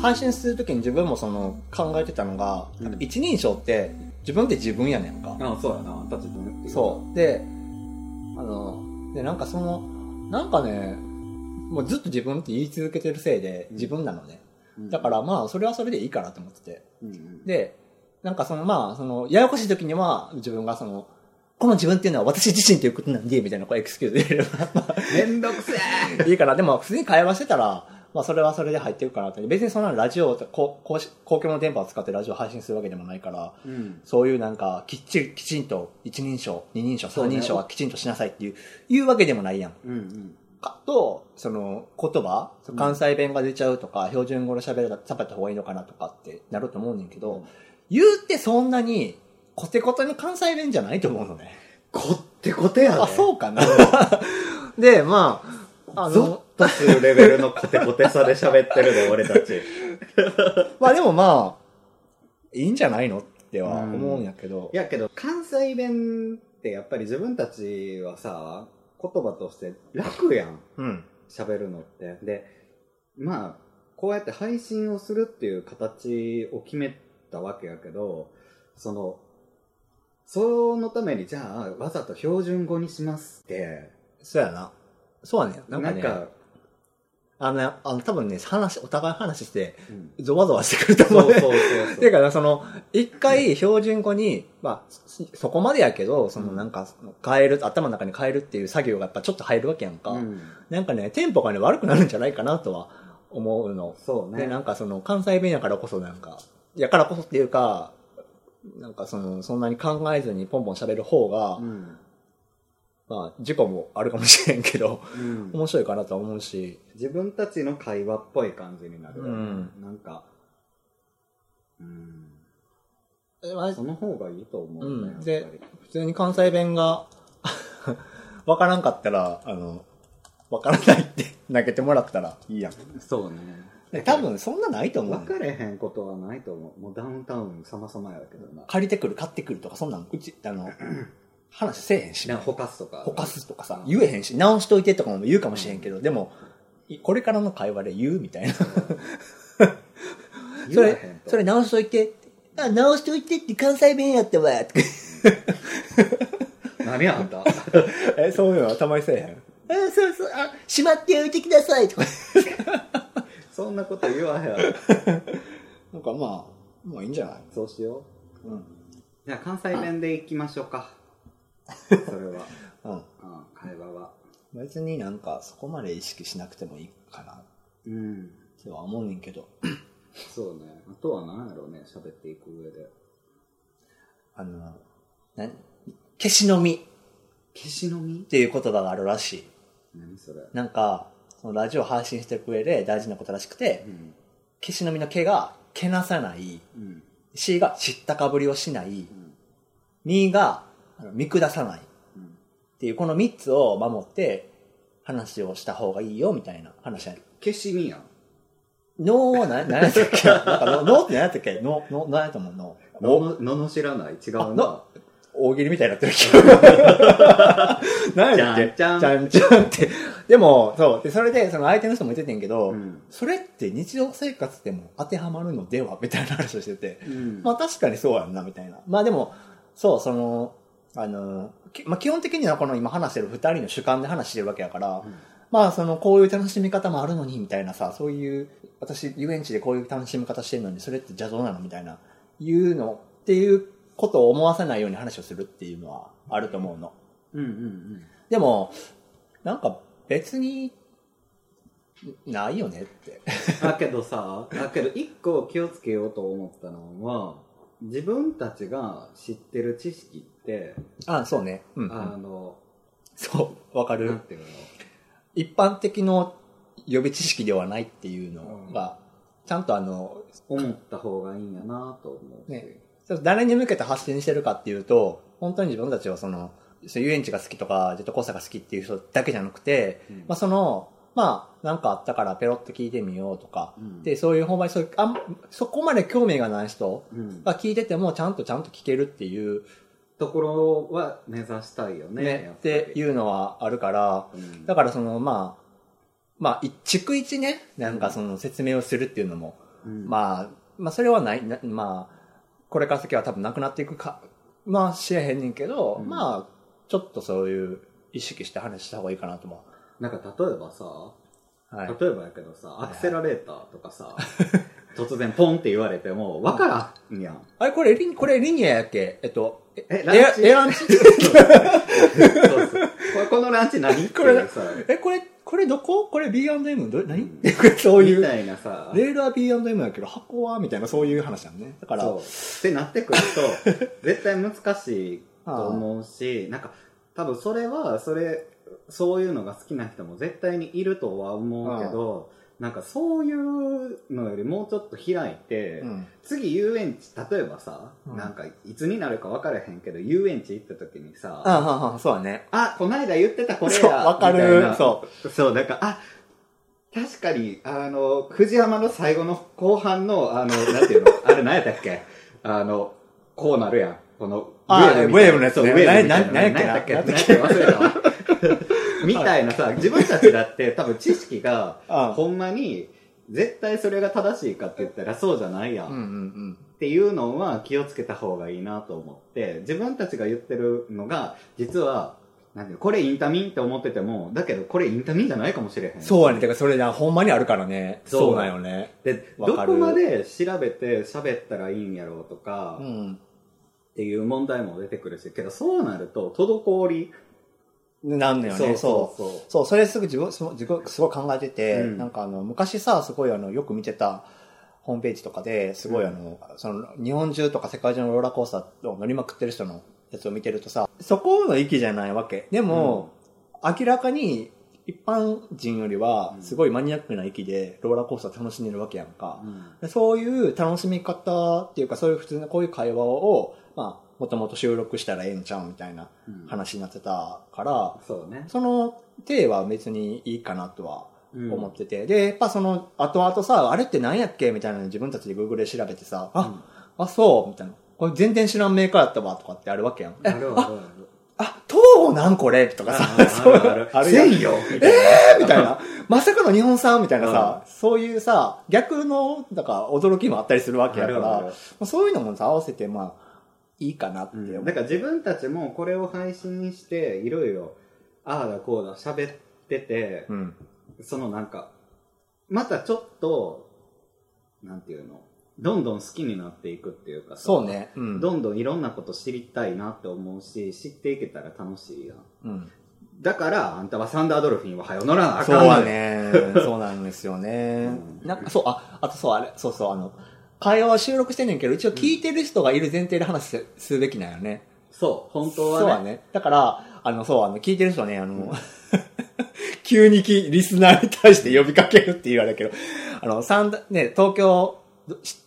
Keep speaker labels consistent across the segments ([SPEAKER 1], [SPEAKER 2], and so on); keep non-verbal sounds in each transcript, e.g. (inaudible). [SPEAKER 1] 配信するときに自分もその考えてたのが、
[SPEAKER 2] うん
[SPEAKER 1] 一人称って自分って自分やねんか。
[SPEAKER 2] あそうやな。立ち止めって。
[SPEAKER 1] そう。で、あの、で、なんかその、なんかね、もうずっと自分って言い続けてるせいで
[SPEAKER 2] うん
[SPEAKER 1] 自分なのね。
[SPEAKER 2] うん。
[SPEAKER 1] だからまあ、それはそれでいいかなと思ってて。
[SPEAKER 2] うんうん、
[SPEAKER 1] で、なんかそのまあ、その、ややこしい時には自分がその、この自分っていうのは私自身ということなんで、みたいなこうエクスキューズ入れればま
[SPEAKER 2] めんどくせ
[SPEAKER 1] (laughs)
[SPEAKER 2] え
[SPEAKER 1] あいいかな。でも、普通に会話してたら、まあ、それはそれで入ってるかなと。別にそんなラジオと、こう公式公共の電波を使ってラジオ配信するわけでもないから、
[SPEAKER 2] うん。
[SPEAKER 1] そういうなんか、きっちり、きちんと、一人称、二人称、
[SPEAKER 2] そう
[SPEAKER 1] 三
[SPEAKER 2] ね
[SPEAKER 1] 人称はきちんとしなさいっていう、いうわけでもないやん。
[SPEAKER 2] うんうん。
[SPEAKER 1] か、と、その、言葉、
[SPEAKER 2] うん
[SPEAKER 1] 関西弁が出ちゃうとか、標準語で喋れた、喋った方がいいのかなとかってなると思うねんけど、言うてそんなに、コテコテの関西弁じゃないと思うのね。
[SPEAKER 2] こってこてやで。
[SPEAKER 1] あ、そう
[SPEAKER 2] (laughs)
[SPEAKER 1] かな。で、まあ、あ
[SPEAKER 2] ゾ
[SPEAKER 1] の、
[SPEAKER 2] ッとするレベルのコテコテさで喋ってるで、俺た (laughs) ち。
[SPEAKER 1] まあでもまあ、いいんじゃないのっては思うんやけど
[SPEAKER 2] い、やけど、関西弁ってやっぱり自分たちはさ、言葉として楽やん。
[SPEAKER 1] うん。
[SPEAKER 2] 喋るのって。で、まあ、こうやって配信をするっていう形を決めたわけやけど、その、そのためにじゃあ、わざと標準語にしますって、
[SPEAKER 1] そうやな。そうやね。な
[SPEAKER 2] なんん
[SPEAKER 1] か
[SPEAKER 2] か,、
[SPEAKER 1] ね、あのね、あの、多分ね、話、お互い話して、
[SPEAKER 2] うん、
[SPEAKER 1] ゾワゾワしてくると
[SPEAKER 2] そ
[SPEAKER 1] 思う、
[SPEAKER 2] う
[SPEAKER 1] ね。
[SPEAKER 2] そうそう
[SPEAKER 1] (laughs) て
[SPEAKER 2] そう。
[SPEAKER 1] かな、その、一回標準語に、まあ、そそこまでやけど、その
[SPEAKER 2] うん
[SPEAKER 1] なんか、変える、頭の中に変えるっていう作業がやっぱちょっと入るわけやんか。
[SPEAKER 2] うん、
[SPEAKER 1] なんかね、テンポがね、悪くなるんじゃないかなとは思うの。
[SPEAKER 2] そう
[SPEAKER 1] で、
[SPEAKER 2] ね。
[SPEAKER 1] なんかその、関西弁やからこそなんか、やからこそっていうか、なんかその、そんなに考えずにポンポン喋る方が、
[SPEAKER 2] うん
[SPEAKER 1] まあ、事故もあるかもしれんけど、
[SPEAKER 2] うん
[SPEAKER 1] 面白いかなとは思うし、
[SPEAKER 2] 自分たちの会話っぽい感じになる。
[SPEAKER 1] うん
[SPEAKER 2] なんか、うん、
[SPEAKER 1] えまあ
[SPEAKER 2] その方がいいと思うんだよ、
[SPEAKER 1] うんで
[SPEAKER 2] やっぱり
[SPEAKER 1] 普通に関西弁が (laughs) わからんかったら、あの、わからないって投げてもらったらいいやん。
[SPEAKER 2] そうね。
[SPEAKER 1] 多分そんなないと思う
[SPEAKER 2] 分。かれへんことはないと思う。もうダウンタウン様々やけどな。
[SPEAKER 1] 借りてくる、買ってくるとか、そんなん、うち、あ (laughs) の、話せえへんし
[SPEAKER 2] な、、ほかすとか。
[SPEAKER 1] ほかすとかさ、言えへんし、直しといてとかも言うかもしれんけど、でも、いこれからの会話で言うみたい (laughs) な。そ
[SPEAKER 2] 言わへんと。
[SPEAKER 1] れ、それ直しといてって。あ、直しといてって関西弁やったわ。
[SPEAKER 2] 何やあんた。
[SPEAKER 1] (laughs)
[SPEAKER 2] (laughs)
[SPEAKER 1] え、そういうのはたまにせえへん。あ、そうそう、あ、しまっておいてくださいとか。
[SPEAKER 2] そんなこと言わへん。
[SPEAKER 1] なんかまあ、まあいいんじゃない
[SPEAKER 2] そうしよ
[SPEAKER 1] うん。
[SPEAKER 2] う。じゃあ関西弁でいきましょうか。それは。
[SPEAKER 1] うん。
[SPEAKER 2] うん、会話は。
[SPEAKER 1] 別になんかそこまで意識しなくてもいいかな
[SPEAKER 2] うん。
[SPEAKER 1] とは思うねんけど、
[SPEAKER 2] そうね。あとは何やろうね、喋っていく上で。
[SPEAKER 1] あの、なん、消しの実
[SPEAKER 2] 消しの
[SPEAKER 1] っ
[SPEAKER 2] 実
[SPEAKER 1] ていう言葉があるらしい。
[SPEAKER 2] 何それ。
[SPEAKER 1] なんか、そのラジオ配信していく上で大事なことらしくて
[SPEAKER 2] う、ん。
[SPEAKER 1] 消しの実の毛がけなさない、
[SPEAKER 2] うん。
[SPEAKER 1] C が知ったかぶりをしない、
[SPEAKER 2] うん。
[SPEAKER 1] 実があの見下さないっ
[SPEAKER 2] うん。
[SPEAKER 1] ていうこの3つを守って話をした方がいいよみたいな
[SPEAKER 2] (laughs)
[SPEAKER 1] 話やねん
[SPEAKER 2] 消し身やん。
[SPEAKER 1] 脳は何何やったっけなんか脳脳って何やったっ
[SPEAKER 2] (laughs)
[SPEAKER 1] け脳、脳、何やと思う脳。
[SPEAKER 2] のの、のの知らない違
[SPEAKER 1] あ
[SPEAKER 2] うな
[SPEAKER 1] の。大喜利みたいになってるけど。
[SPEAKER 2] (laughs)
[SPEAKER 1] 何やったっけ
[SPEAKER 2] じゃん
[SPEAKER 1] ち
[SPEAKER 2] じ
[SPEAKER 1] ゃんちゃんって。でも、そう。で、それで、その相手の人も言っててんけど、
[SPEAKER 2] うん。
[SPEAKER 1] それって日常生活でも当てはまるのではみたいな話をしてて。
[SPEAKER 2] うん
[SPEAKER 1] まあ確かにそうやんな、みたいな。まあでも、そう、その、あの、きまあ基本的にはこの今話してる二人の主観で話してるわけやから、
[SPEAKER 2] うん
[SPEAKER 1] まあそのこういう楽しみ方もあるのにみたいなさ、そういう、私遊園地でこういう楽しみ方してるのにそれって邪道なのみたいな、いうのっていうことを思わせないように話をするっていうのはあると思うの。
[SPEAKER 2] うんうん
[SPEAKER 1] でも、なんか別に、ないよねって。
[SPEAKER 2] うん。だけどさ、だけど一個気をつけようと思ったのは、自分たちが知ってる知識って、
[SPEAKER 1] あ、そうね。うん、う
[SPEAKER 2] あ
[SPEAKER 1] ん。
[SPEAKER 2] の、
[SPEAKER 1] そう、わか
[SPEAKER 2] なん
[SPEAKER 1] る。
[SPEAKER 2] ていうの
[SPEAKER 1] 一般的の予備知識ではないっていうのが、ちゃんとあの、
[SPEAKER 2] 思った方がいいんやなと思うし。
[SPEAKER 1] ねちょっと誰に向けて発信してるかっていうと、本当に自分たちはその、そう遊園地が好きとか、ジェットコースターが好きっていう人だけじゃなくて、
[SPEAKER 2] うん
[SPEAKER 1] まあその、まあ、なんかあったからペロッと聞いてみようとか、
[SPEAKER 2] うん
[SPEAKER 1] で、そういう、ほんまにそういう、あん、そこまで興味がない人
[SPEAKER 2] うん
[SPEAKER 1] が聞いてても、ちゃんとちゃんと聞けるっていう、
[SPEAKER 2] ところは目指したいよね。。
[SPEAKER 1] ね、っていううのはあるから、
[SPEAKER 2] うん
[SPEAKER 1] だからその、まあ、まあ、一逐一ね、なんかその説明をするっていうのも、
[SPEAKER 2] うん
[SPEAKER 1] まあ、まあ、それはない、なまあ、これから先は多分なくなっていくか、まあ、しれへんねんけど、
[SPEAKER 2] うん
[SPEAKER 1] まあ、ちょっとそういう意識して話した方がいいかなとも。
[SPEAKER 2] なんか例えばさ、
[SPEAKER 1] はい。
[SPEAKER 2] 例えばやけどさ、アクセラレーターとか
[SPEAKER 1] (laughs)
[SPEAKER 2] さ、突然ポンって言われても、わからんやん。
[SPEAKER 1] あれ、これ、リン、これ、リニアやっけえっと、え
[SPEAKER 2] え、
[SPEAKER 1] エ
[SPEAKER 2] ラン
[SPEAKER 1] ア
[SPEAKER 2] チ
[SPEAKER 1] エア
[SPEAKER 2] (laughs)
[SPEAKER 1] ランチ
[SPEAKER 2] そうそうこれこのランチ何って
[SPEAKER 1] これ
[SPEAKER 2] いうさ、
[SPEAKER 1] え、これ、これどここれ B&M? ど何、 (laughs)
[SPEAKER 2] うん
[SPEAKER 1] そうい
[SPEAKER 2] み
[SPEAKER 1] う。
[SPEAKER 2] たいなさ、
[SPEAKER 1] レールは B&M やけど、箱はみたいな、そういう話なんね。だから、
[SPEAKER 2] そう。ってなってくる
[SPEAKER 1] (laughs)
[SPEAKER 2] と、絶対難しいと
[SPEAKER 1] あ
[SPEAKER 2] 思うし、なんか、多分それは、それ、そういうのが好きな人も絶対にいるとは思うけど、なんかそういうのよりもうちょっと開いて、
[SPEAKER 1] あうん。
[SPEAKER 2] 次遊園地例えばさ、
[SPEAKER 1] うん
[SPEAKER 2] なんかいつになるか分からへんけど遊園地行った時にさ
[SPEAKER 1] あははそうだね。
[SPEAKER 2] あこないだ言ってたこれや
[SPEAKER 1] そう、わか
[SPEAKER 2] みたい
[SPEAKER 1] る
[SPEAKER 2] な。
[SPEAKER 1] そ
[SPEAKER 2] そうだからあ確かにあの藤山の最後の後半のあのなんていうの (laughs) あれ何やったっけあのこうなるやんこの
[SPEAKER 1] あ
[SPEAKER 2] みたい
[SPEAKER 1] ウェーブのやつね
[SPEAKER 2] そうウェーブみたいな
[SPEAKER 1] なな
[SPEAKER 2] 何やったっけ
[SPEAKER 1] なんや
[SPEAKER 2] 何やったっけ忘れたわ
[SPEAKER 1] (laughs)
[SPEAKER 2] みたいなさ自分たちだって多分知識が
[SPEAKER 1] う。あ
[SPEAKER 2] ほんまに絶対それが正しいかって言ったらそうじゃないや
[SPEAKER 1] うんうんうん。
[SPEAKER 2] っていうのは気をつけた方がいいなと思って、自分たちが言ってるのが、実は、なんていうのこれインタミンって思ってても、だけどこれインタミンじゃないかもしれへん。
[SPEAKER 1] そうやね。てか、それな、ほんまにあるからね。
[SPEAKER 2] そう
[SPEAKER 1] そうなんよね。
[SPEAKER 2] で、
[SPEAKER 1] わ
[SPEAKER 2] ど
[SPEAKER 1] かる
[SPEAKER 2] こまで調べて喋ったらいいんやろうとか
[SPEAKER 1] う、ん。
[SPEAKER 2] っていう問題も出てくるし、けどそうなると、滞り。
[SPEAKER 1] なんだよね。そうそう
[SPEAKER 2] そう
[SPEAKER 1] それすぐ自分、すご自分すごい考えてて、
[SPEAKER 2] うん
[SPEAKER 1] なんかあの、昔さ、すごいあの、よく見てたホームページとかで、すごいあの、その、日本中とか世界中のローラーコースターを乗りまくってる人のやつを見てるとさ、そこの域じゃないわけ。でも、明らかに、一般人よりは、すごいマニアックな域で、ローラーコースター楽しんでるわけやんか。
[SPEAKER 2] うん
[SPEAKER 1] でそういう楽しみ方っていうか、そういう普通のこういう会話を、まあ、もともと収録したらええんちゃうみたいな
[SPEAKER 2] うん
[SPEAKER 1] 話になってたから、
[SPEAKER 2] そうね。
[SPEAKER 1] その体は別にいいかなとは
[SPEAKER 2] うん
[SPEAKER 1] 思ってて、で、やっぱその後々さ、あれって何やっけみたいなの自分たちで Google で調べてさ、あ、あ、そうみたいな。これ全然知らんメーカーやったわとかってあるわけやん。
[SPEAKER 2] うん、
[SPEAKER 1] え
[SPEAKER 2] あ
[SPEAKER 1] (laughs)
[SPEAKER 2] るあるある。
[SPEAKER 1] あ、東なんこれとかさ、 (laughs) そう
[SPEAKER 2] あるある。
[SPEAKER 1] やん
[SPEAKER 2] 千よみたいな
[SPEAKER 1] みたいな。まさかの日本産みたいなさ、そういうさ、逆の、なんか驚きもあったりするわけや
[SPEAKER 2] あ
[SPEAKER 1] か
[SPEAKER 2] るあ
[SPEAKER 1] ら
[SPEAKER 2] る、
[SPEAKER 1] まあ、そういうのもさ合わせてまあいいかなって
[SPEAKER 2] う
[SPEAKER 1] 思う、
[SPEAKER 2] んだから自分たちもこれを配信にしていろいろああだこうだ喋ってて、
[SPEAKER 1] うん
[SPEAKER 2] そのなんかまたちょっとなんていうのどんどん好きになっていくっていうかさ
[SPEAKER 1] そう、ねうん
[SPEAKER 2] どんどんいろんなこと知りたいなって思うし知っていけたら楽しいやん
[SPEAKER 1] うん
[SPEAKER 2] だからあんたはサンダードルフィンは早よ乗らなあ
[SPEAKER 1] そう
[SPEAKER 2] かん
[SPEAKER 1] は
[SPEAKER 2] ねん
[SPEAKER 1] ねそうなんですよね、
[SPEAKER 2] うん
[SPEAKER 1] なんかそうああとそうあれそうそうあの会話は収録してんねんけど一応聞いてる人がいる前提で話す,、すべきなんよね
[SPEAKER 2] そう本当
[SPEAKER 1] そう
[SPEAKER 2] は
[SPEAKER 1] は
[SPEAKER 2] ね
[SPEAKER 1] ねだからあのそうあの聞いてる人ねあの、 (laughs) 急にきリスナーに対して呼びかけるって言われるけどあのサンダね東京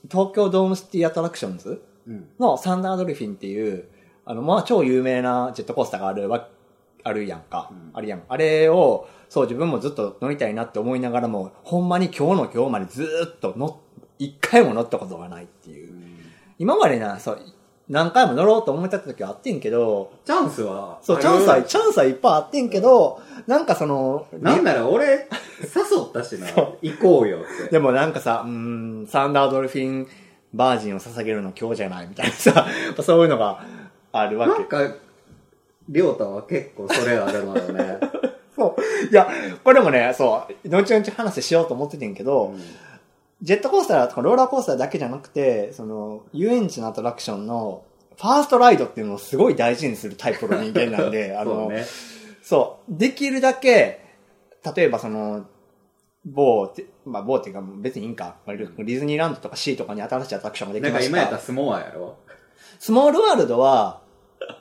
[SPEAKER 1] 東京ドームシティアトラクションズ、
[SPEAKER 2] うん
[SPEAKER 1] のサンダードルフィンっていう、あの、まあ、超有名なジェットコースターがあるわ、あるやんか。
[SPEAKER 2] うん
[SPEAKER 1] あるやん。あれを、そう、自分もずっと乗りたいなって思いながらも、ほんまに今日の今日までずーっと乗っ、一回も乗ったことがないっていう。今までな、そう、何回も乗ろうと思ってた時はあってんけど、
[SPEAKER 2] チャンスは
[SPEAKER 1] そう、チャンスは、チャンスはいっぱいあってんけど、なんかその、
[SPEAKER 2] なんなら俺誘ったし
[SPEAKER 1] (laughs)
[SPEAKER 2] な
[SPEAKER 1] そ
[SPEAKER 2] 行こうよって
[SPEAKER 1] でもなんかさ、うーん、サンダードルフィンバージンを捧げるの今日じゃないみたいなさ、 (laughs) そういうのがあるわけ
[SPEAKER 2] なん。か、りょうたは結構それあるのよね。
[SPEAKER 1] そう。いや、これもね、そう、後々話 (laughs) しようと思っててんけど、ジェットコースターとかローラーコースターだけじゃなくて、その、遊園地のアトラクションの、ファーストライドっていうのをすごい大事にするタイプの人間なん
[SPEAKER 2] (laughs)
[SPEAKER 1] で、あの、
[SPEAKER 2] そ
[SPEAKER 1] そうう,、
[SPEAKER 2] ね。
[SPEAKER 1] できるだけ、例えばその、某って、まあ某っていうか別にいいんか、まあディズニーランドとか C とかに新しいアトラクションができ
[SPEAKER 2] なん
[SPEAKER 1] ま
[SPEAKER 2] か
[SPEAKER 1] した。
[SPEAKER 2] 今やったらスモアやろ
[SPEAKER 1] スモールワールドは、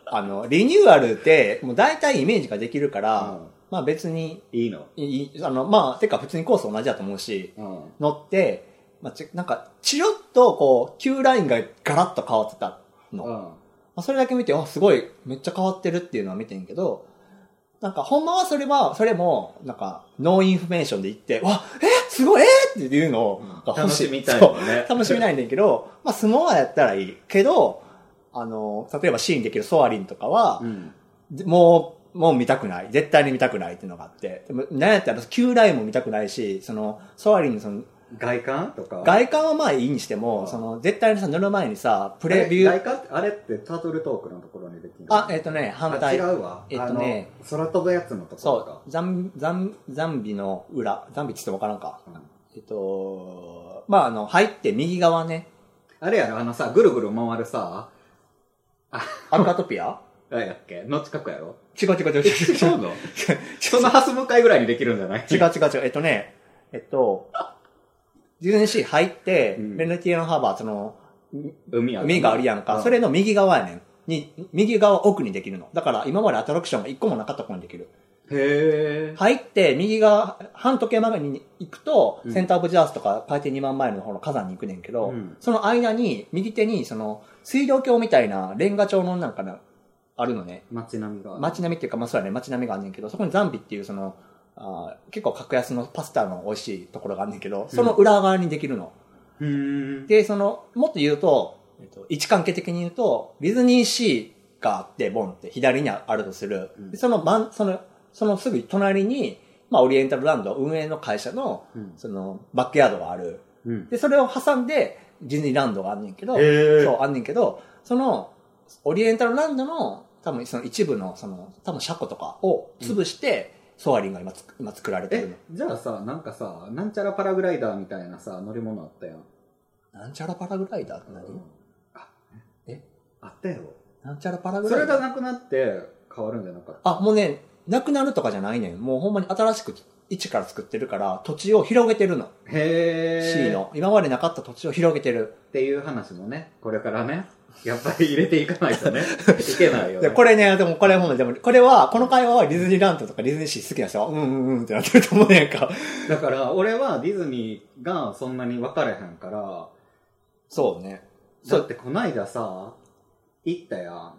[SPEAKER 1] あの、リニューアルって、もう大体イメージができるから、
[SPEAKER 2] うん
[SPEAKER 1] まあ別に
[SPEAKER 2] いいの。
[SPEAKER 1] いい、あの、まあ、てか普通にコース同じだと思うし、
[SPEAKER 2] うん。
[SPEAKER 1] 乗って、まあ、ちなんか、チロッとこう、Q ラインがガラッと変わってたの。
[SPEAKER 2] う
[SPEAKER 1] ま
[SPEAKER 2] ん。
[SPEAKER 1] あ、それだけ見て、あ、すごい、めっちゃ変わってるっていうのは見てんけど、なんか、ほんまはそれは、それも、なんか、ノーインフォメーションで言って、わ、えすごい、えっていうのが
[SPEAKER 2] 楽
[SPEAKER 1] 欲しい。
[SPEAKER 2] しみたい
[SPEAKER 1] そう
[SPEAKER 2] のね。
[SPEAKER 1] 楽しみないんだけど、まあ、スモアやったらいいけど、あの、例えばシーンできるソアリンとかは、
[SPEAKER 2] うん。
[SPEAKER 1] でもう、もう見たくない。絶対に見たくないっていうのがあって。でも、なんやったら、旧来も見たくないし、その、ソアリンのその、
[SPEAKER 2] 外観とか。
[SPEAKER 1] 外観はまあいいにして
[SPEAKER 2] う
[SPEAKER 1] も、
[SPEAKER 2] ん
[SPEAKER 1] その、絶対にさ、塗る前にさ、プレビュ
[SPEAKER 2] あれ
[SPEAKER 1] ー、
[SPEAKER 2] 外観って、あれってタートルトークのところにできる
[SPEAKER 1] あ、えっ、とね、反
[SPEAKER 2] あ違
[SPEAKER 1] 対。
[SPEAKER 2] うわ。
[SPEAKER 1] えっとね
[SPEAKER 2] あの、空飛ぶやつのところか
[SPEAKER 1] そ。う、ザン、ザン、ザンビの裏、ザンビって言ってもわからんか。
[SPEAKER 2] うん
[SPEAKER 1] えっと、まああの、入って右側ね、
[SPEAKER 2] あれやろ、あのさ、ぐるぐる回るさ、
[SPEAKER 1] アクアトピ
[SPEAKER 2] (laughs)
[SPEAKER 1] ア
[SPEAKER 2] 何やっけの近くやろ
[SPEAKER 1] 違う違う違う違う違
[SPEAKER 2] 違
[SPEAKER 1] う。
[SPEAKER 2] うの (laughs) その初向かいぐらいにできるんじゃない
[SPEAKER 1] 違う違う違う。えっとね、えっと、ディズニーシー入って、
[SPEAKER 2] うん
[SPEAKER 1] ベルティエのハーバー、その、
[SPEAKER 2] 海ある。
[SPEAKER 1] 海があるやんか、それの右側やねん。に、右側奥にできるの。だから今までアトラクションが一個もなかったことにできる。
[SPEAKER 2] へえ。
[SPEAKER 1] 入って、右側、半時計回りに行くと、
[SPEAKER 2] うん
[SPEAKER 1] センターオブジャースとか海底2万マイルの方の火山に行くねんけど、
[SPEAKER 2] うん
[SPEAKER 1] その間に、右手に、その、水道橋みたいなレンガ調のなんかな、あるのね。
[SPEAKER 2] 街並みがある。
[SPEAKER 1] 街並みっていうか、まあそうやね、街並みがあんねんけど、そこにザンビっていうその、あー結構格安のパスタの美味しいところがあんねんけど、その裏側にできるの。
[SPEAKER 2] うーん。
[SPEAKER 1] で、その、もっと言うと、えっと、位置関係的に言うと、ディズニーシーがあって、ボンって左にあるとする。
[SPEAKER 2] うん
[SPEAKER 1] でその、まん、その、そのすぐ隣に、まあ、オリエンタルランド運営の会社の、
[SPEAKER 2] うん
[SPEAKER 1] その、バックヤードがある。
[SPEAKER 2] うん。
[SPEAKER 1] で、それを挟んで、ディズニーランドがあんねんけど、
[SPEAKER 2] へえ
[SPEAKER 1] そう、あんねんけど、その、オリエンタルランドの、多分その一部の、その、多分車庫とかを潰して、ソアリンが今つ、今作られてる
[SPEAKER 2] え
[SPEAKER 1] の。、
[SPEAKER 2] じゃあさ、なんかさ、なんちゃらパラグライダーみたいなさ、乗り物あったやん。
[SPEAKER 1] なんちゃらパラグライダーって何、
[SPEAKER 2] あ、
[SPEAKER 1] え
[SPEAKER 2] あったよ。
[SPEAKER 1] なんちゃらパラグ
[SPEAKER 2] そ
[SPEAKER 1] ラ
[SPEAKER 2] れ
[SPEAKER 1] イダー
[SPEAKER 2] がなくなって変わるんじゃなかった
[SPEAKER 1] あ、もうね、なくなるとかじゃないねん。もうほんまに新しく一から作ってるから、土地を広げてるの。
[SPEAKER 2] へー
[SPEAKER 1] C の。今までなかった土地を広げてる。
[SPEAKER 2] っていう話もね、これからね、やっぱり入れていかない
[SPEAKER 1] (laughs)
[SPEAKER 2] とね、いけないよ、ね。
[SPEAKER 1] で、これね、でもこれほんま、でもこれは、この会話はディズニーランドとかディズニーシー好きな人は、うんうんうんってなってると思うねんか。
[SPEAKER 2] だから、俺はディズニーがそんなに分かれへんから、
[SPEAKER 1] そうね。そ
[SPEAKER 2] だ
[SPEAKER 1] う
[SPEAKER 2] ってこないださ、行ったやん。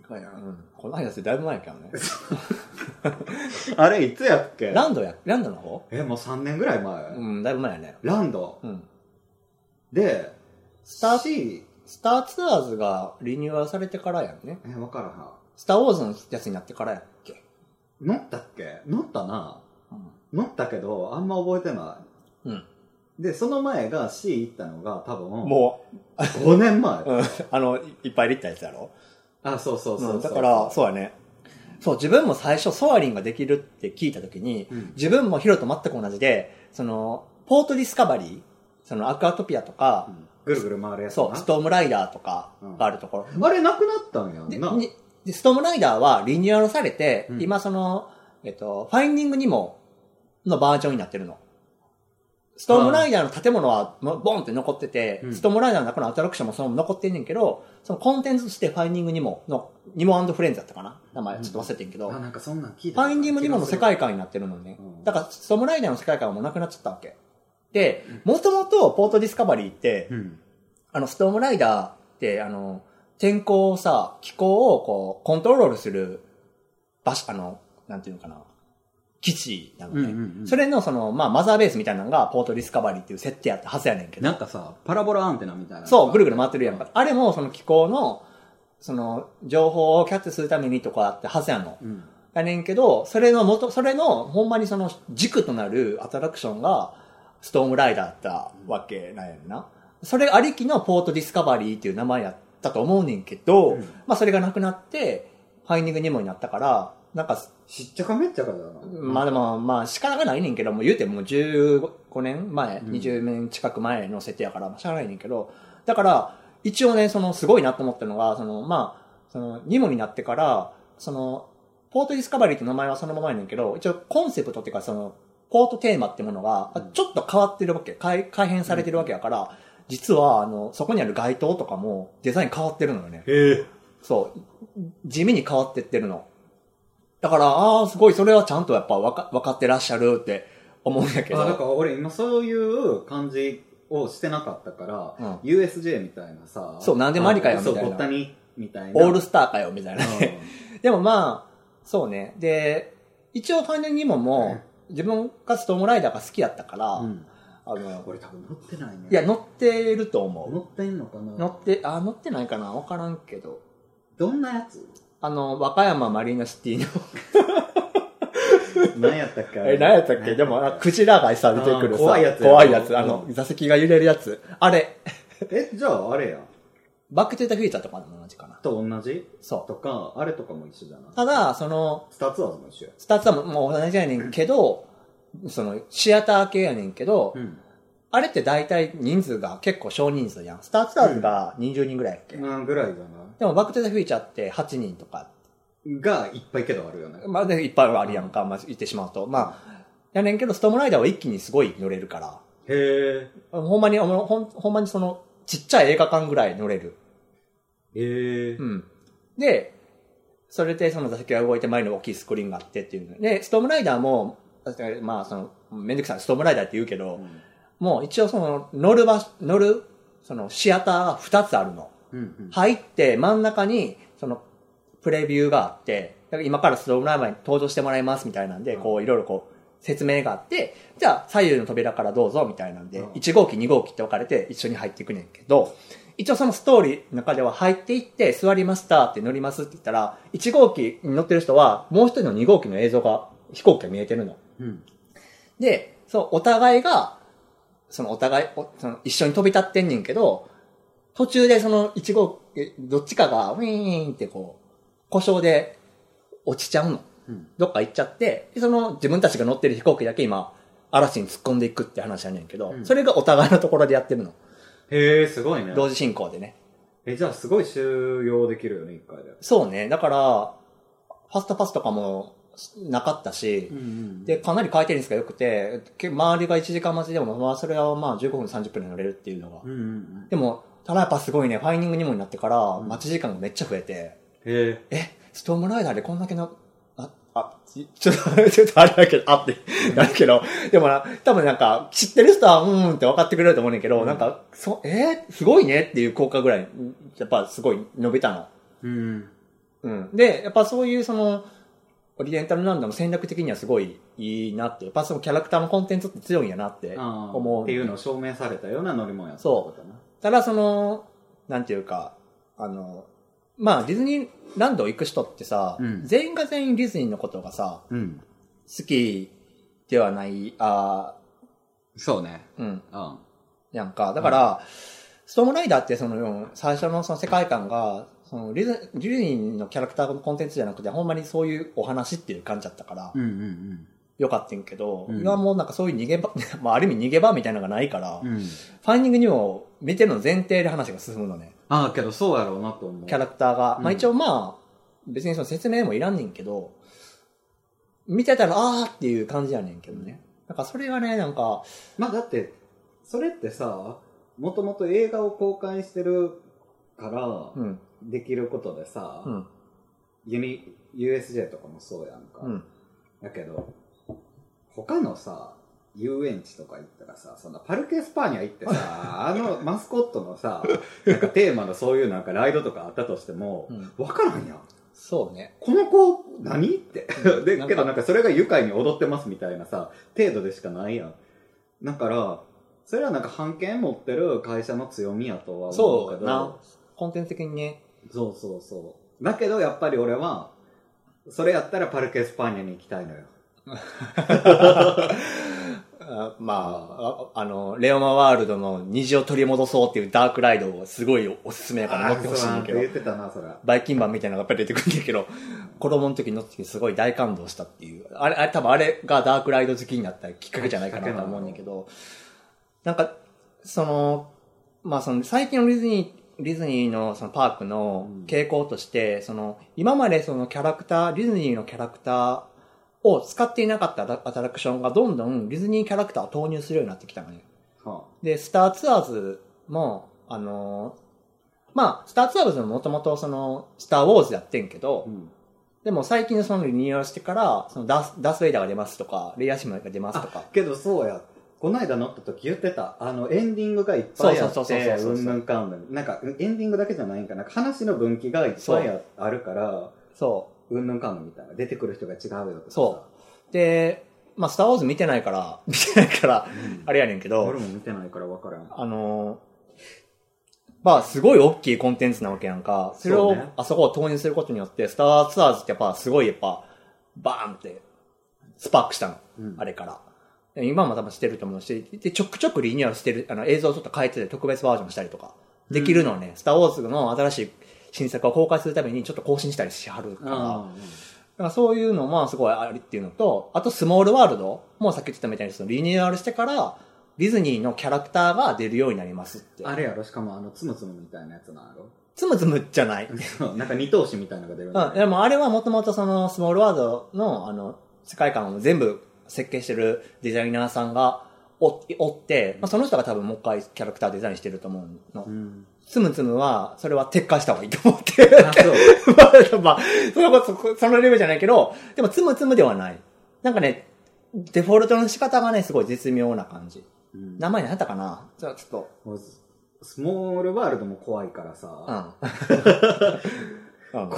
[SPEAKER 1] うん。この間ってだいぶ前やけどね。
[SPEAKER 2] あれ、いつやっけ
[SPEAKER 1] ランドや、ランドの方
[SPEAKER 2] え、もう3年ぐらい前、
[SPEAKER 1] うん、だいぶ前やね。
[SPEAKER 2] ランド。
[SPEAKER 1] うん。
[SPEAKER 2] で、
[SPEAKER 1] スター、
[SPEAKER 2] C、
[SPEAKER 1] スターツアーズがリニューアルされてからやんね。
[SPEAKER 2] え、分からへ
[SPEAKER 1] スターウォーズのやつになってからやっけ。
[SPEAKER 2] ん。乗ったっけ乗ったな。
[SPEAKER 1] うん。
[SPEAKER 2] 乗ったけど、あんま覚えてな
[SPEAKER 1] うん。
[SPEAKER 2] い。で、その前が C 行ったのが多分、
[SPEAKER 1] も
[SPEAKER 2] 5年前
[SPEAKER 1] う、。うん。あの、いいっぱいで行ったやつやろ
[SPEAKER 2] あ、そうそうそうそう
[SPEAKER 1] うんだから、そうやね。そう、自分も最初、ソアリンができるって聞いたときに、
[SPEAKER 2] うん
[SPEAKER 1] 自分もヒロと全く同じで、その、ポートディスカバリー、その、アクアトピアとか
[SPEAKER 2] う、んぐるぐる回るやつ
[SPEAKER 1] そう、ストームライダーとかがあるところ。
[SPEAKER 2] なあれなくなったんや
[SPEAKER 1] で
[SPEAKER 2] んな。
[SPEAKER 1] にでストームライダーはリニューアルされて、
[SPEAKER 2] うん
[SPEAKER 1] 今その、えっと、ファインディングにも、のバージョンになってるの。ストームライダーの建物は、もうボンって残ってて、
[SPEAKER 2] うん
[SPEAKER 1] ストームライダーの中のアトラクションもそのまま残ってんねんけど、そのコンテンツとしてファインディングにもの、ニモフレンズだったかな名前ちょっと忘れてんけど、
[SPEAKER 2] あ、
[SPEAKER 1] フ
[SPEAKER 2] なんかそんなん聞いた
[SPEAKER 1] ァインディングにもの世界観になってるのね。
[SPEAKER 2] うん
[SPEAKER 1] だから、ストームライダーの世界観はもうなくなっちゃったわけ。で、もともとポートディスカバリーって、
[SPEAKER 2] うん。
[SPEAKER 1] あの、ストームライダーって、あの、天候をさ、気候をこう、コントロールする場所、あの、なんていうのかな、基地なのね。そ
[SPEAKER 2] れ、
[SPEAKER 1] れのその、まあ、マザーベースみたいなのが、ポートディスカバリーっていう設定やったはずやねんけど。
[SPEAKER 2] なんかさ、パラボラアンテナみたいな。
[SPEAKER 1] そう、ぐるぐる回ってるやんか。あれも、その気候の、その、情報をキャッチするためにとかあってはずやの。
[SPEAKER 2] うん。
[SPEAKER 1] やねんけど、それの元、それの、ほんまにその軸となるアトラクションが、ストームライダーだったわけなんやんな。それありきのポートディスカバリーっていう名前やったと思うねんけど、
[SPEAKER 2] うん
[SPEAKER 1] まあそれがなくなって、ファインディングニモになったから、なんか、
[SPEAKER 2] しっちゃかめっちゃかだな。
[SPEAKER 1] まあでも、まあ仕方がないねんけど、もう言うてもう15年前、
[SPEAKER 2] うん
[SPEAKER 1] 20年近く前の設定やから、まあ仕方ないねんけど、だから、一応ね、そのすごいなと思ったのが、その、まあ、その、ニモになってから、その、ポートディスカバリーって名前はそのままやねんけど、一応コンセプトっていうか、その、ポートテーマってものが
[SPEAKER 2] うん、
[SPEAKER 1] ちょっと変わってるわけ、改改変されてるわけやから、実は、あの、そこにある街灯とかもデザイン変わってるのよね。
[SPEAKER 2] へえ。
[SPEAKER 1] そう。地味に変わってってるの。だから、ああ、すごい、それはちゃんとやっぱ分か分かってらっしゃるって思うんやけ
[SPEAKER 2] あ、なんか
[SPEAKER 1] ど。
[SPEAKER 2] 俺今そういう感じをしてなかったから、
[SPEAKER 1] うん
[SPEAKER 2] USJ みたいなさ。
[SPEAKER 1] そうなんでもありかよ
[SPEAKER 2] あの
[SPEAKER 1] みたい
[SPEAKER 2] そう、
[SPEAKER 1] な
[SPEAKER 2] ごったに、みたいな。
[SPEAKER 1] オール
[SPEAKER 2] ス
[SPEAKER 1] スターかよ、みたいなね。 (laughs) でもまあ、そうね。で、一応ファイナルニモも、自分がストームライダーが好きやったから、
[SPEAKER 2] うん。
[SPEAKER 1] あの、
[SPEAKER 2] 俺多分乗ってないね。
[SPEAKER 1] いや、乗ってると思
[SPEAKER 2] 乗ってんのか
[SPEAKER 1] う。
[SPEAKER 2] な
[SPEAKER 1] 乗って、あ、乗ってないかなわからんけど。
[SPEAKER 2] どんなやつ
[SPEAKER 1] あの、和歌山マリーナシティの
[SPEAKER 2] 何やったっけあれ
[SPEAKER 1] (laughs) え、何やったっけでも、あクジラがさ、出てくるさ、
[SPEAKER 2] あー怖いやつや
[SPEAKER 1] 怖いやつ。あの
[SPEAKER 2] う、
[SPEAKER 1] 座席が揺れるやつ。あれ、
[SPEAKER 2] え、じゃああれや。
[SPEAKER 1] バックトゥータフューチャーとかも同じかな。
[SPEAKER 2] と同じ
[SPEAKER 1] そう。
[SPEAKER 2] とか、あれとかも一緒じゃない
[SPEAKER 1] ただ、その、
[SPEAKER 2] スターツアーズも一緒や。
[SPEAKER 1] スタッツはもう同じやねんけど、その、シアター系やねんけど、
[SPEAKER 2] ん。
[SPEAKER 1] あれって大体人数が結構少人数やん。スターツアーズが20人ぐらいやっけ、
[SPEAKER 2] うん、ぐらいじゃな
[SPEAKER 1] でも、バックトゥーザフューチャーって8人とか、
[SPEAKER 2] いが、いっぱいけどあるよね。
[SPEAKER 1] まあ、でいっぱいはあるやんか、まあ、言ってしまうと。まあ、やねんけど、ストームライダーは一気にすごい乗れるから、
[SPEAKER 2] へえ。
[SPEAKER 1] ほんまに、ほんほんほんまにその、ちっちゃい映画館ぐらい乗れる。
[SPEAKER 2] へえ
[SPEAKER 1] う。ん。で、それでその座席が動いて前に大きいスクリーンがあってっていうの。で、ストームライダーも、まあその、めんどくさい、ストームライダーって言うけど、
[SPEAKER 2] うん。
[SPEAKER 1] もう一応その、乗る場所、乗る、そのシアターが2つあるの。
[SPEAKER 2] うん。
[SPEAKER 1] 入って真ん中に、その、プレビューがあって、だから今からストームライダーに登場してもらいますみたいなんで、
[SPEAKER 2] うん
[SPEAKER 1] こういろいろこう、説明があって、じゃあ左右の扉からどうぞみたいなんで、
[SPEAKER 2] うん
[SPEAKER 1] 1号機2号機って分かれて一緒に入っていくねんけど、一応そのストーリーの中では入っていって座りましたって乗りますって言ったら、1号機に乗ってる人はもう一人の2号機の映像が、飛行機が見えてるの。
[SPEAKER 2] うん。
[SPEAKER 1] で、そのお互いが、そのお互い、おその一緒に飛び立ってんねんけど、途中でその一号、えどっちかがウィーンってこう、故障で落ちちゃうの。
[SPEAKER 2] うん。
[SPEAKER 1] どっか行っちゃって、でその自分たちが乗ってる飛行機だけ今、嵐に突っ込んでいくって話やねんけど、
[SPEAKER 2] うん
[SPEAKER 1] それがお互いのところでやってるの。
[SPEAKER 2] へえ、すごいね。
[SPEAKER 1] 同時進行でね。
[SPEAKER 2] え、じゃあすごい収容できるよね、一回で。
[SPEAKER 1] そうね。だから、ファストパスとかもなかったし、
[SPEAKER 2] ん
[SPEAKER 1] で、、かなり回転率が良くて、け周りが1時間待ちでも、まあ、それはまあ15分30分で乗れるっていうのが
[SPEAKER 2] うんうんうん。
[SPEAKER 1] でも、ただやっぱすごいね、ファイニングにもなってから、
[SPEAKER 2] うん
[SPEAKER 1] 待ち時間がめっちゃ増えて、
[SPEAKER 2] へえ。
[SPEAKER 1] え、ストームライダーでこんだけの、あ、あ、ちちょっと、ちょっとあれだけど、あって、なるけど、でもな、多分なんか、知ってる人は、うーんって分かってくれると思うねんけど、
[SPEAKER 2] うん
[SPEAKER 1] なんか、そ、えーすごいねっていう効果ぐらい、うんやっぱすごい伸びたの。
[SPEAKER 2] うん。
[SPEAKER 1] うん。で、やっぱそういうその、オリエンタルランドの戦略的にはすごいいいなって、やっぱそのキャラクターのコンテンツって強いんやなって
[SPEAKER 2] あ
[SPEAKER 1] 思
[SPEAKER 2] あ。
[SPEAKER 1] う。
[SPEAKER 2] っていうのを証明されたような乗り物やった。
[SPEAKER 1] そうただその、なんていうか、あの、まあディズニーランド行く人ってさ、
[SPEAKER 2] うん
[SPEAKER 1] 全員が全員ディズニーのことがさ、
[SPEAKER 2] うん。
[SPEAKER 1] 好きではない、あ
[SPEAKER 2] そうね。
[SPEAKER 1] ーうん、
[SPEAKER 2] うん。
[SPEAKER 1] やんか。だから、ストームライダーってその、最初のその世界観が、そのディズディズニーのキャラクターのコンテンツじゃなくて、ほんまにそういうお話っていう感じだったから、
[SPEAKER 2] うんうん
[SPEAKER 1] よかったんけど、
[SPEAKER 2] うん
[SPEAKER 1] 今はもうなんかそういう逃げ場、 (laughs) まあある意味逃げ場みたいなのがないから、
[SPEAKER 2] うん。うん。
[SPEAKER 1] ファインディングにも見てるの前提で話が進むのね。
[SPEAKER 2] ああ、けどそうやろうなと思う。
[SPEAKER 1] キャラクターが。
[SPEAKER 2] うん
[SPEAKER 1] まあ一応まあ、別にその説明もいらんねんけど、見てたら、あーっていう感じやねんけどね。なんかそれがね、なんか、
[SPEAKER 2] まあだって、それってさ、もともと映画を公開してるから
[SPEAKER 1] う、ん、
[SPEAKER 2] できることでさ、
[SPEAKER 1] うん、
[SPEAKER 2] ユニ、USJ とかもそうやんか。
[SPEAKER 1] うん、
[SPEAKER 2] だけど、他のさ、遊園地とか行ったらさ、そんなパルケ・スパーニャ行ってさ、
[SPEAKER 1] (laughs)
[SPEAKER 2] あのマスコットのさ、なんかテーマのそういうなんかライドとかあったとしても
[SPEAKER 1] う、ん。
[SPEAKER 2] わからんやん。
[SPEAKER 1] そうね。
[SPEAKER 2] この子、何って。で、
[SPEAKER 1] なんか
[SPEAKER 2] けどなんかそれが愉快に踊ってますみたいなさ、程度でしかないやん。だから、それはなんか判権持ってる会社の強みやとは思う
[SPEAKER 1] そ
[SPEAKER 2] け
[SPEAKER 1] うな
[SPEAKER 2] ど。。
[SPEAKER 1] コンテンツ的にね。
[SPEAKER 2] そうそうそう。だけどやっぱり俺は、それやったらパルケ・スパーニャに行きたいのよ。
[SPEAKER 1] あ (laughs) まああ、あの、レオマワールドの虹を取り戻そうっていうダークライドをすごいおすすめやから乗ってほしい
[SPEAKER 2] あーそうな
[SPEAKER 1] ん
[SPEAKER 2] ん
[SPEAKER 1] だ
[SPEAKER 2] て
[SPEAKER 1] け
[SPEAKER 2] 言っ
[SPEAKER 1] ど、
[SPEAKER 2] てたな、それ。
[SPEAKER 1] バイキンマンみたいなのがやっぱり出てくるんだけど、子供の時に乗っててすごい大感動したっていう。あれ、あれ多分あれがダークライド好きになったきっかけじゃないかなと思うんだけど、なんか、その、まあその最近のディズニー、ディズニーのそのパークの傾向として、その今までそのキャラクター、ディズニーのキャラクターを使っていなかったアトラクションがどんどんディズニーキャラクターを投入するようになってきたのね。
[SPEAKER 2] は
[SPEAKER 1] で、スターツアーズも、あのーまあ、スターツアーズももともとその、スターウォーズやってんけど、
[SPEAKER 2] あうん
[SPEAKER 1] でも最近そのリニューアルしてから、そのダース、ダースベイダーが出ますとか、レイヤーシムが出ますとか。
[SPEAKER 2] けどそうや。この間乗った時言ってた。あの、エンディングがいっぱいあ
[SPEAKER 1] そ
[SPEAKER 2] っ
[SPEAKER 1] うそうそう
[SPEAKER 2] て、
[SPEAKER 1] そうそう
[SPEAKER 2] うんぬんかんぬん。なんか、エンディングだけじゃないんかな。話の分岐がいっぱいああるから、
[SPEAKER 1] そ
[SPEAKER 2] うんぬんかんぬんみたいな。出てくる人が違うよとか
[SPEAKER 1] そそう。で、まあ、スターウォーズ見てないから、 (laughs) 見てないから、
[SPEAKER 2] う。うん
[SPEAKER 1] あれやねんけど
[SPEAKER 2] 俺、も見てないから分からん。
[SPEAKER 1] あのーまあ、すごい大きいコンテンツなわけやんか。それ
[SPEAKER 2] そ
[SPEAKER 1] を
[SPEAKER 2] うね、
[SPEAKER 1] あそこを投入することによって、スターツアーズってやっぱ、すごいやっぱ、バーンって、スパークしたの。
[SPEAKER 2] うん
[SPEAKER 1] あれから。今も多分してると思うし、で、ちょくちょくリニューアルしてる、あの、映像をちょっと変えてて特別バージョンしたりとか、できるのをね、スターウォーズの新しい新作を公開するためにちょっと更新したりしはるから、だ
[SPEAKER 2] あ
[SPEAKER 1] からそういうのもすごいありっていうのと、あとスモールワールドもさっき言ってたみたいにそのリニューアルしてから、ディズニーのキャラクターが出るようになりますって。
[SPEAKER 2] あれやろしかもあのつむつむみたいなやつなんやろ
[SPEAKER 1] つむつむじゃない。
[SPEAKER 2] そうなんか二頭身みたいなのが出るんだ
[SPEAKER 1] うん、でもあれはもともとそのスモールワールドのあの世界観を全部設計してるデザイナーさんがおおって、まあ、その人が多分もう一回キャラクターデザインしてると思うの。
[SPEAKER 2] うん、
[SPEAKER 1] つむつむは、それは撤回した方がいいと思って。 (laughs)
[SPEAKER 2] あそう
[SPEAKER 1] まあ、まあ、それこそ、そのレベルじゃないけど、でもつむつむではない。なんかね、デフォルトの仕方がね、すごい絶妙 (laughs) な感じ。
[SPEAKER 2] うん
[SPEAKER 1] 名前何やったかなじゃあちょっ
[SPEAKER 2] もうススモールワールドも怖いか
[SPEAKER 1] (laughs)
[SPEAKER 2] らさ、
[SPEAKER 1] と、うん。うん、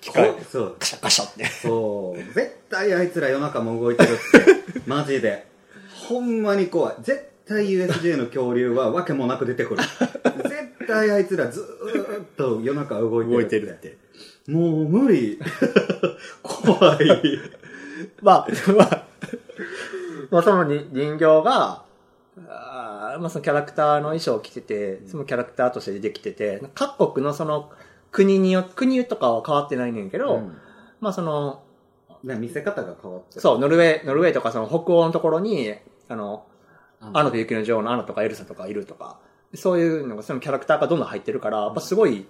[SPEAKER 1] 機
[SPEAKER 2] こ
[SPEAKER 1] 械
[SPEAKER 2] そう
[SPEAKER 1] カシャカシャって。
[SPEAKER 2] そう絶対あいつら夜中も動いてるってマジでほんまに怖い絶対 USJ の恐竜は訳もなく出てくる絶対あいつらずーっと夜中動いてるって
[SPEAKER 1] て。
[SPEAKER 2] もう無理怖い
[SPEAKER 1] まあ、まあ、まあその人人形が、あーまあそのキャラクターの衣装を着てて、そのキャラクターとして出てきてて、各国のその国によ、国とかは変わってないねんけど、
[SPEAKER 2] うん
[SPEAKER 1] まあその、
[SPEAKER 2] ね見せ方が変わってる
[SPEAKER 1] そう、ノルウェー、ノルウェーとかその北欧のところに、あの、
[SPEAKER 2] あ
[SPEAKER 1] アナと雪の女王のアナとかエルサとかいるとか、そういうのが、そのキャラクターがどんどん入ってるから、やっぱすごい、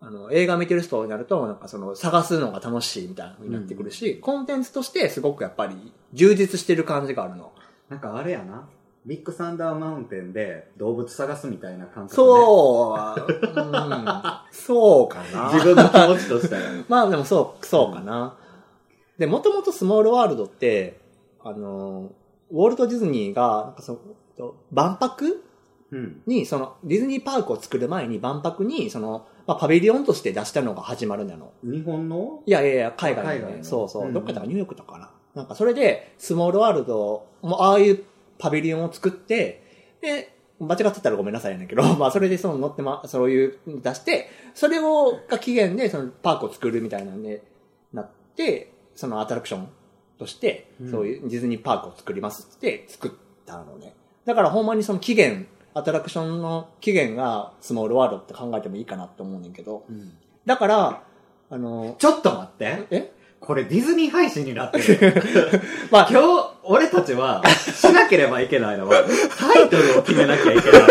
[SPEAKER 1] あの、映画見てる人になると、なんかその、探すのが楽しいみたいな風になってくるし、コンテンツとしてすごくやっぱり充実してる感じがあるの。
[SPEAKER 2] なんかあれやなビッグサンダーマウンテンで動物探すみたいな感覚で
[SPEAKER 1] そう、うん、そうかな。
[SPEAKER 2] 自分の気持ちとしたら
[SPEAKER 1] まあでもそう、そうかな。で、もともとスモールワールドって、あの、ウォルト・ディズニーが、なんかそのえっと、万博
[SPEAKER 2] うん
[SPEAKER 1] に、その、ディズニーパークを作る前に万博に、その、まあ、パビリオンとして出したのが始まるなの。
[SPEAKER 2] 日本の
[SPEAKER 1] いやいやいや、海外のね
[SPEAKER 2] 海外の
[SPEAKER 1] そうそう。
[SPEAKER 2] うん
[SPEAKER 1] どっかだからニューヨークとかかな。なんかそれで、スモールワールドも、ああいうパビリオンを作って、で、間違ってたらごめんなさいやねんけど、 (laughs) まあそれでその乗ってま、そういう出して、それを、が期限でそのパークを作るみたいなんで、なって、そのアトラクションとして
[SPEAKER 2] うん、
[SPEAKER 1] そういうディズニーパークを作りますって作ったのね。だからほんまにその期限、アトラクションの期限がスモールワールドって考えてもいいかなって思うねんけど、
[SPEAKER 2] うん
[SPEAKER 1] だから、あ
[SPEAKER 2] (laughs)
[SPEAKER 1] の、
[SPEAKER 2] ちょっと待って
[SPEAKER 1] え
[SPEAKER 2] これディズニー配信になってる (laughs)
[SPEAKER 1] まあ、
[SPEAKER 2] 今日俺たちはしなければいけないのはタイトルを決めなきゃいけないの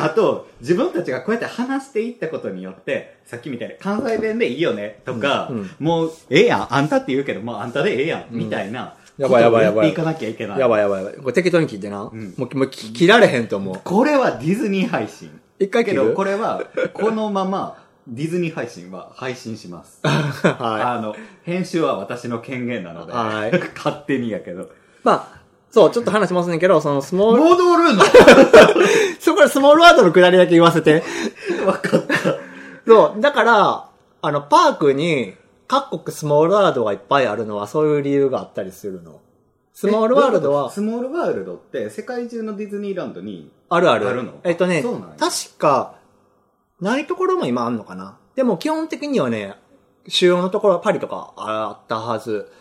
[SPEAKER 2] あと自分たちがこうやって話していったことによってさっきみたいに関西弁でいいよねとか、
[SPEAKER 1] うんうん
[SPEAKER 2] もうええやんあんたって言うけどもうあんたでええやん、
[SPEAKER 1] うん
[SPEAKER 2] みたいな
[SPEAKER 1] やばいやばいやばい
[SPEAKER 2] ことをっていかなきゃいけない
[SPEAKER 1] やばいやばいやばい。これ適当に聞いてな。
[SPEAKER 2] うん
[SPEAKER 1] もう、もうき切られへんと思う。
[SPEAKER 2] これはディズニー配信
[SPEAKER 1] 一回
[SPEAKER 2] け
[SPEAKER 1] 切る
[SPEAKER 2] ど、これは、このまま、ディズニー配信は配信します。
[SPEAKER 1] は
[SPEAKER 2] あの、編集は私の権限なの
[SPEAKER 1] い。
[SPEAKER 2] で、
[SPEAKER 1] はい。
[SPEAKER 2] (laughs) 勝手にやけど。
[SPEAKER 1] まあ、そう、ちょっと話しますねんけど、そのスモール、
[SPEAKER 2] 戻るの
[SPEAKER 1] そこからスモールワードのくだりだけ言わせて。
[SPEAKER 2] (laughs) わかった。
[SPEAKER 1] そう、だから、あの、パークに各国スモールワードがいっぱいあるのはそういう理由があったりするの。スモールワールド
[SPEAKER 2] え
[SPEAKER 1] は、
[SPEAKER 2] どういうことスモールワールドって、世界中のディズニーランドに、
[SPEAKER 1] あるある。
[SPEAKER 2] あるの
[SPEAKER 1] えっとね、
[SPEAKER 2] そうなんや
[SPEAKER 1] 確か、ないところも今あんのかな。でも基本的にはね、主要のところはパリとかあったはず。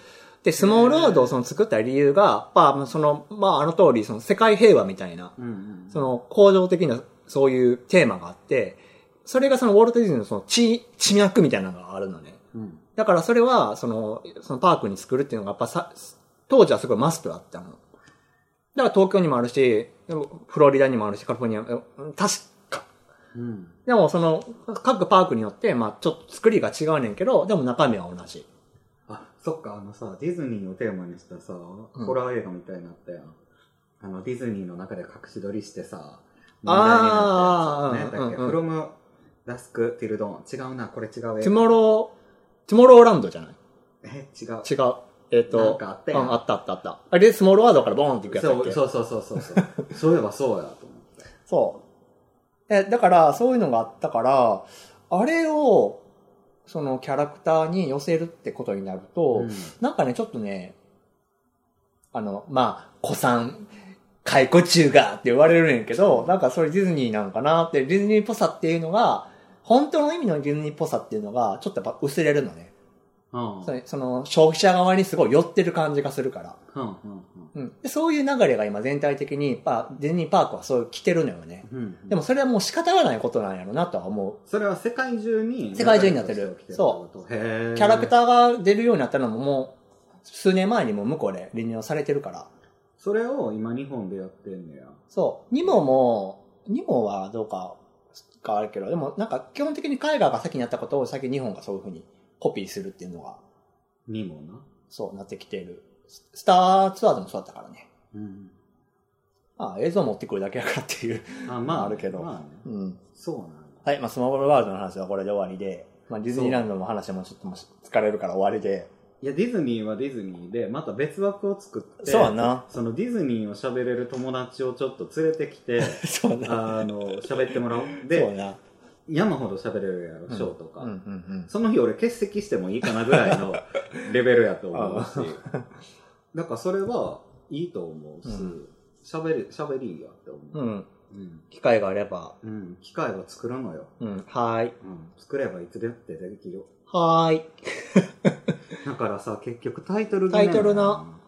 [SPEAKER 1] で、スモールワールドをその作った理由が、まあ、その、まあ、あの通り、その世界平和みたいな、
[SPEAKER 2] うんうん
[SPEAKER 1] その、構造的な、そういうテーマがあって、それがその、ウォルト・ディズニーのその、地、地脈みたいなのがあるのね。
[SPEAKER 2] うん。
[SPEAKER 1] だからそれは、その、そのパークに作るっていうのがやっぱさ、当時はすごいマストだったの。だから東京にもあるし、フロリダにもあるし、カリフォルニア、うん確か。
[SPEAKER 2] うん。
[SPEAKER 1] でもその、各パークによって、まあちょっと作りが違うねんけど、でも中身は同じ。
[SPEAKER 2] あ、そっか、あのさ、ディズニーをテーマにしたさ、ホラー映画みたいになったやん。あの、ディズニーの中で隠し撮りしてさ、問題になったやつ。
[SPEAKER 1] あー
[SPEAKER 2] 何やったっけ
[SPEAKER 1] うんうん
[SPEAKER 2] ?from dusk till dawn。違うな、これ違う映
[SPEAKER 1] トゥ
[SPEAKER 2] 画。
[SPEAKER 1] モロー、トゥモローランドじゃない
[SPEAKER 2] え、違う。
[SPEAKER 1] 違う。えっ、
[SPEAKER 2] なん
[SPEAKER 1] と、
[SPEAKER 2] かあった
[SPEAKER 1] う
[SPEAKER 2] や
[SPEAKER 1] んあ
[SPEAKER 2] ん。
[SPEAKER 1] ったあったあった。あれ、スモールワードからボーンっていくやつだ
[SPEAKER 2] そ
[SPEAKER 1] っけ
[SPEAKER 2] うそうそうそうそうそう。
[SPEAKER 1] (laughs)
[SPEAKER 2] そういえばそうやと思って。
[SPEAKER 1] そう。え、だから、そういうのがあったから、あれを、そのキャラクターに寄せるってことになると、
[SPEAKER 2] うん
[SPEAKER 1] なんかね、ちょっとね、あの、まあ、子さん、解雇中がって言われるんやけど、なんかそれディズニーなんかなって、ディズニーっぽさっていうのが、本当の意味のディズニーっぽさっていうのが、ちょっとやっぱ薄れるのね。
[SPEAKER 2] うん。
[SPEAKER 1] それその消費者側にすごい寄ってる感じがするから。
[SPEAKER 2] うんうんう
[SPEAKER 1] う
[SPEAKER 2] ん
[SPEAKER 1] ん、でそういう流れが今全体的にパーディズニーパークはそういう来てるのよね。
[SPEAKER 2] うん
[SPEAKER 1] でもそれはもう仕方がないことなんやろなとは思
[SPEAKER 2] それは世界中に
[SPEAKER 1] 世界中になってる
[SPEAKER 2] そうキ
[SPEAKER 1] う。
[SPEAKER 2] ャ
[SPEAKER 1] キャラクターが出るようになったのももう数年前にも向こうでリニューアルされてるから。
[SPEAKER 2] それを今日本でやってんのや
[SPEAKER 1] そう。ニモも、ニモはどうかがあるけど、でもなんか基本的に海外が先にやったことを先に日本がそういうふうにコピーするっていうのが、
[SPEAKER 2] にもな
[SPEAKER 1] そうなってきている。ススターツアーズもそうだったからね。
[SPEAKER 2] うん
[SPEAKER 1] まあ映像持ってくるだけやからっていう。 (laughs)
[SPEAKER 2] あまあ
[SPEAKER 1] あるけど
[SPEAKER 2] まあね
[SPEAKER 1] うん。
[SPEAKER 2] そうなんだ
[SPEAKER 1] はい、まあスマホワールドの話はこれで終わりで、まあディズニーランドの話もちょっともう疲れるから終わりで。
[SPEAKER 2] いやディズニーはディズニーでまた別枠を作って
[SPEAKER 1] そうやな
[SPEAKER 2] そのディズニーを喋れる友達をちょっと連れてき
[SPEAKER 1] (laughs)
[SPEAKER 2] て
[SPEAKER 1] (laughs) そうな。
[SPEAKER 2] あの喋ってもらおう
[SPEAKER 1] そう
[SPEAKER 2] で
[SPEAKER 1] な。
[SPEAKER 2] 山ほど喋れるやろ
[SPEAKER 1] うん
[SPEAKER 2] ショーとか、
[SPEAKER 1] うんうんうん。
[SPEAKER 2] その日俺欠席してもいいかなぐらい (laughs) のレベルやと思うしだからそれはいいと思うし
[SPEAKER 1] うん
[SPEAKER 2] 喋、り喋りいいやって思う、
[SPEAKER 1] うん。
[SPEAKER 2] うん
[SPEAKER 1] 機会があれば。
[SPEAKER 2] うん、機械は作らのよ、
[SPEAKER 1] うん。はーい。
[SPEAKER 2] うん、作ればいつだってできるよ
[SPEAKER 1] はーい。
[SPEAKER 2] だからさ結局タイトル
[SPEAKER 1] タイトルな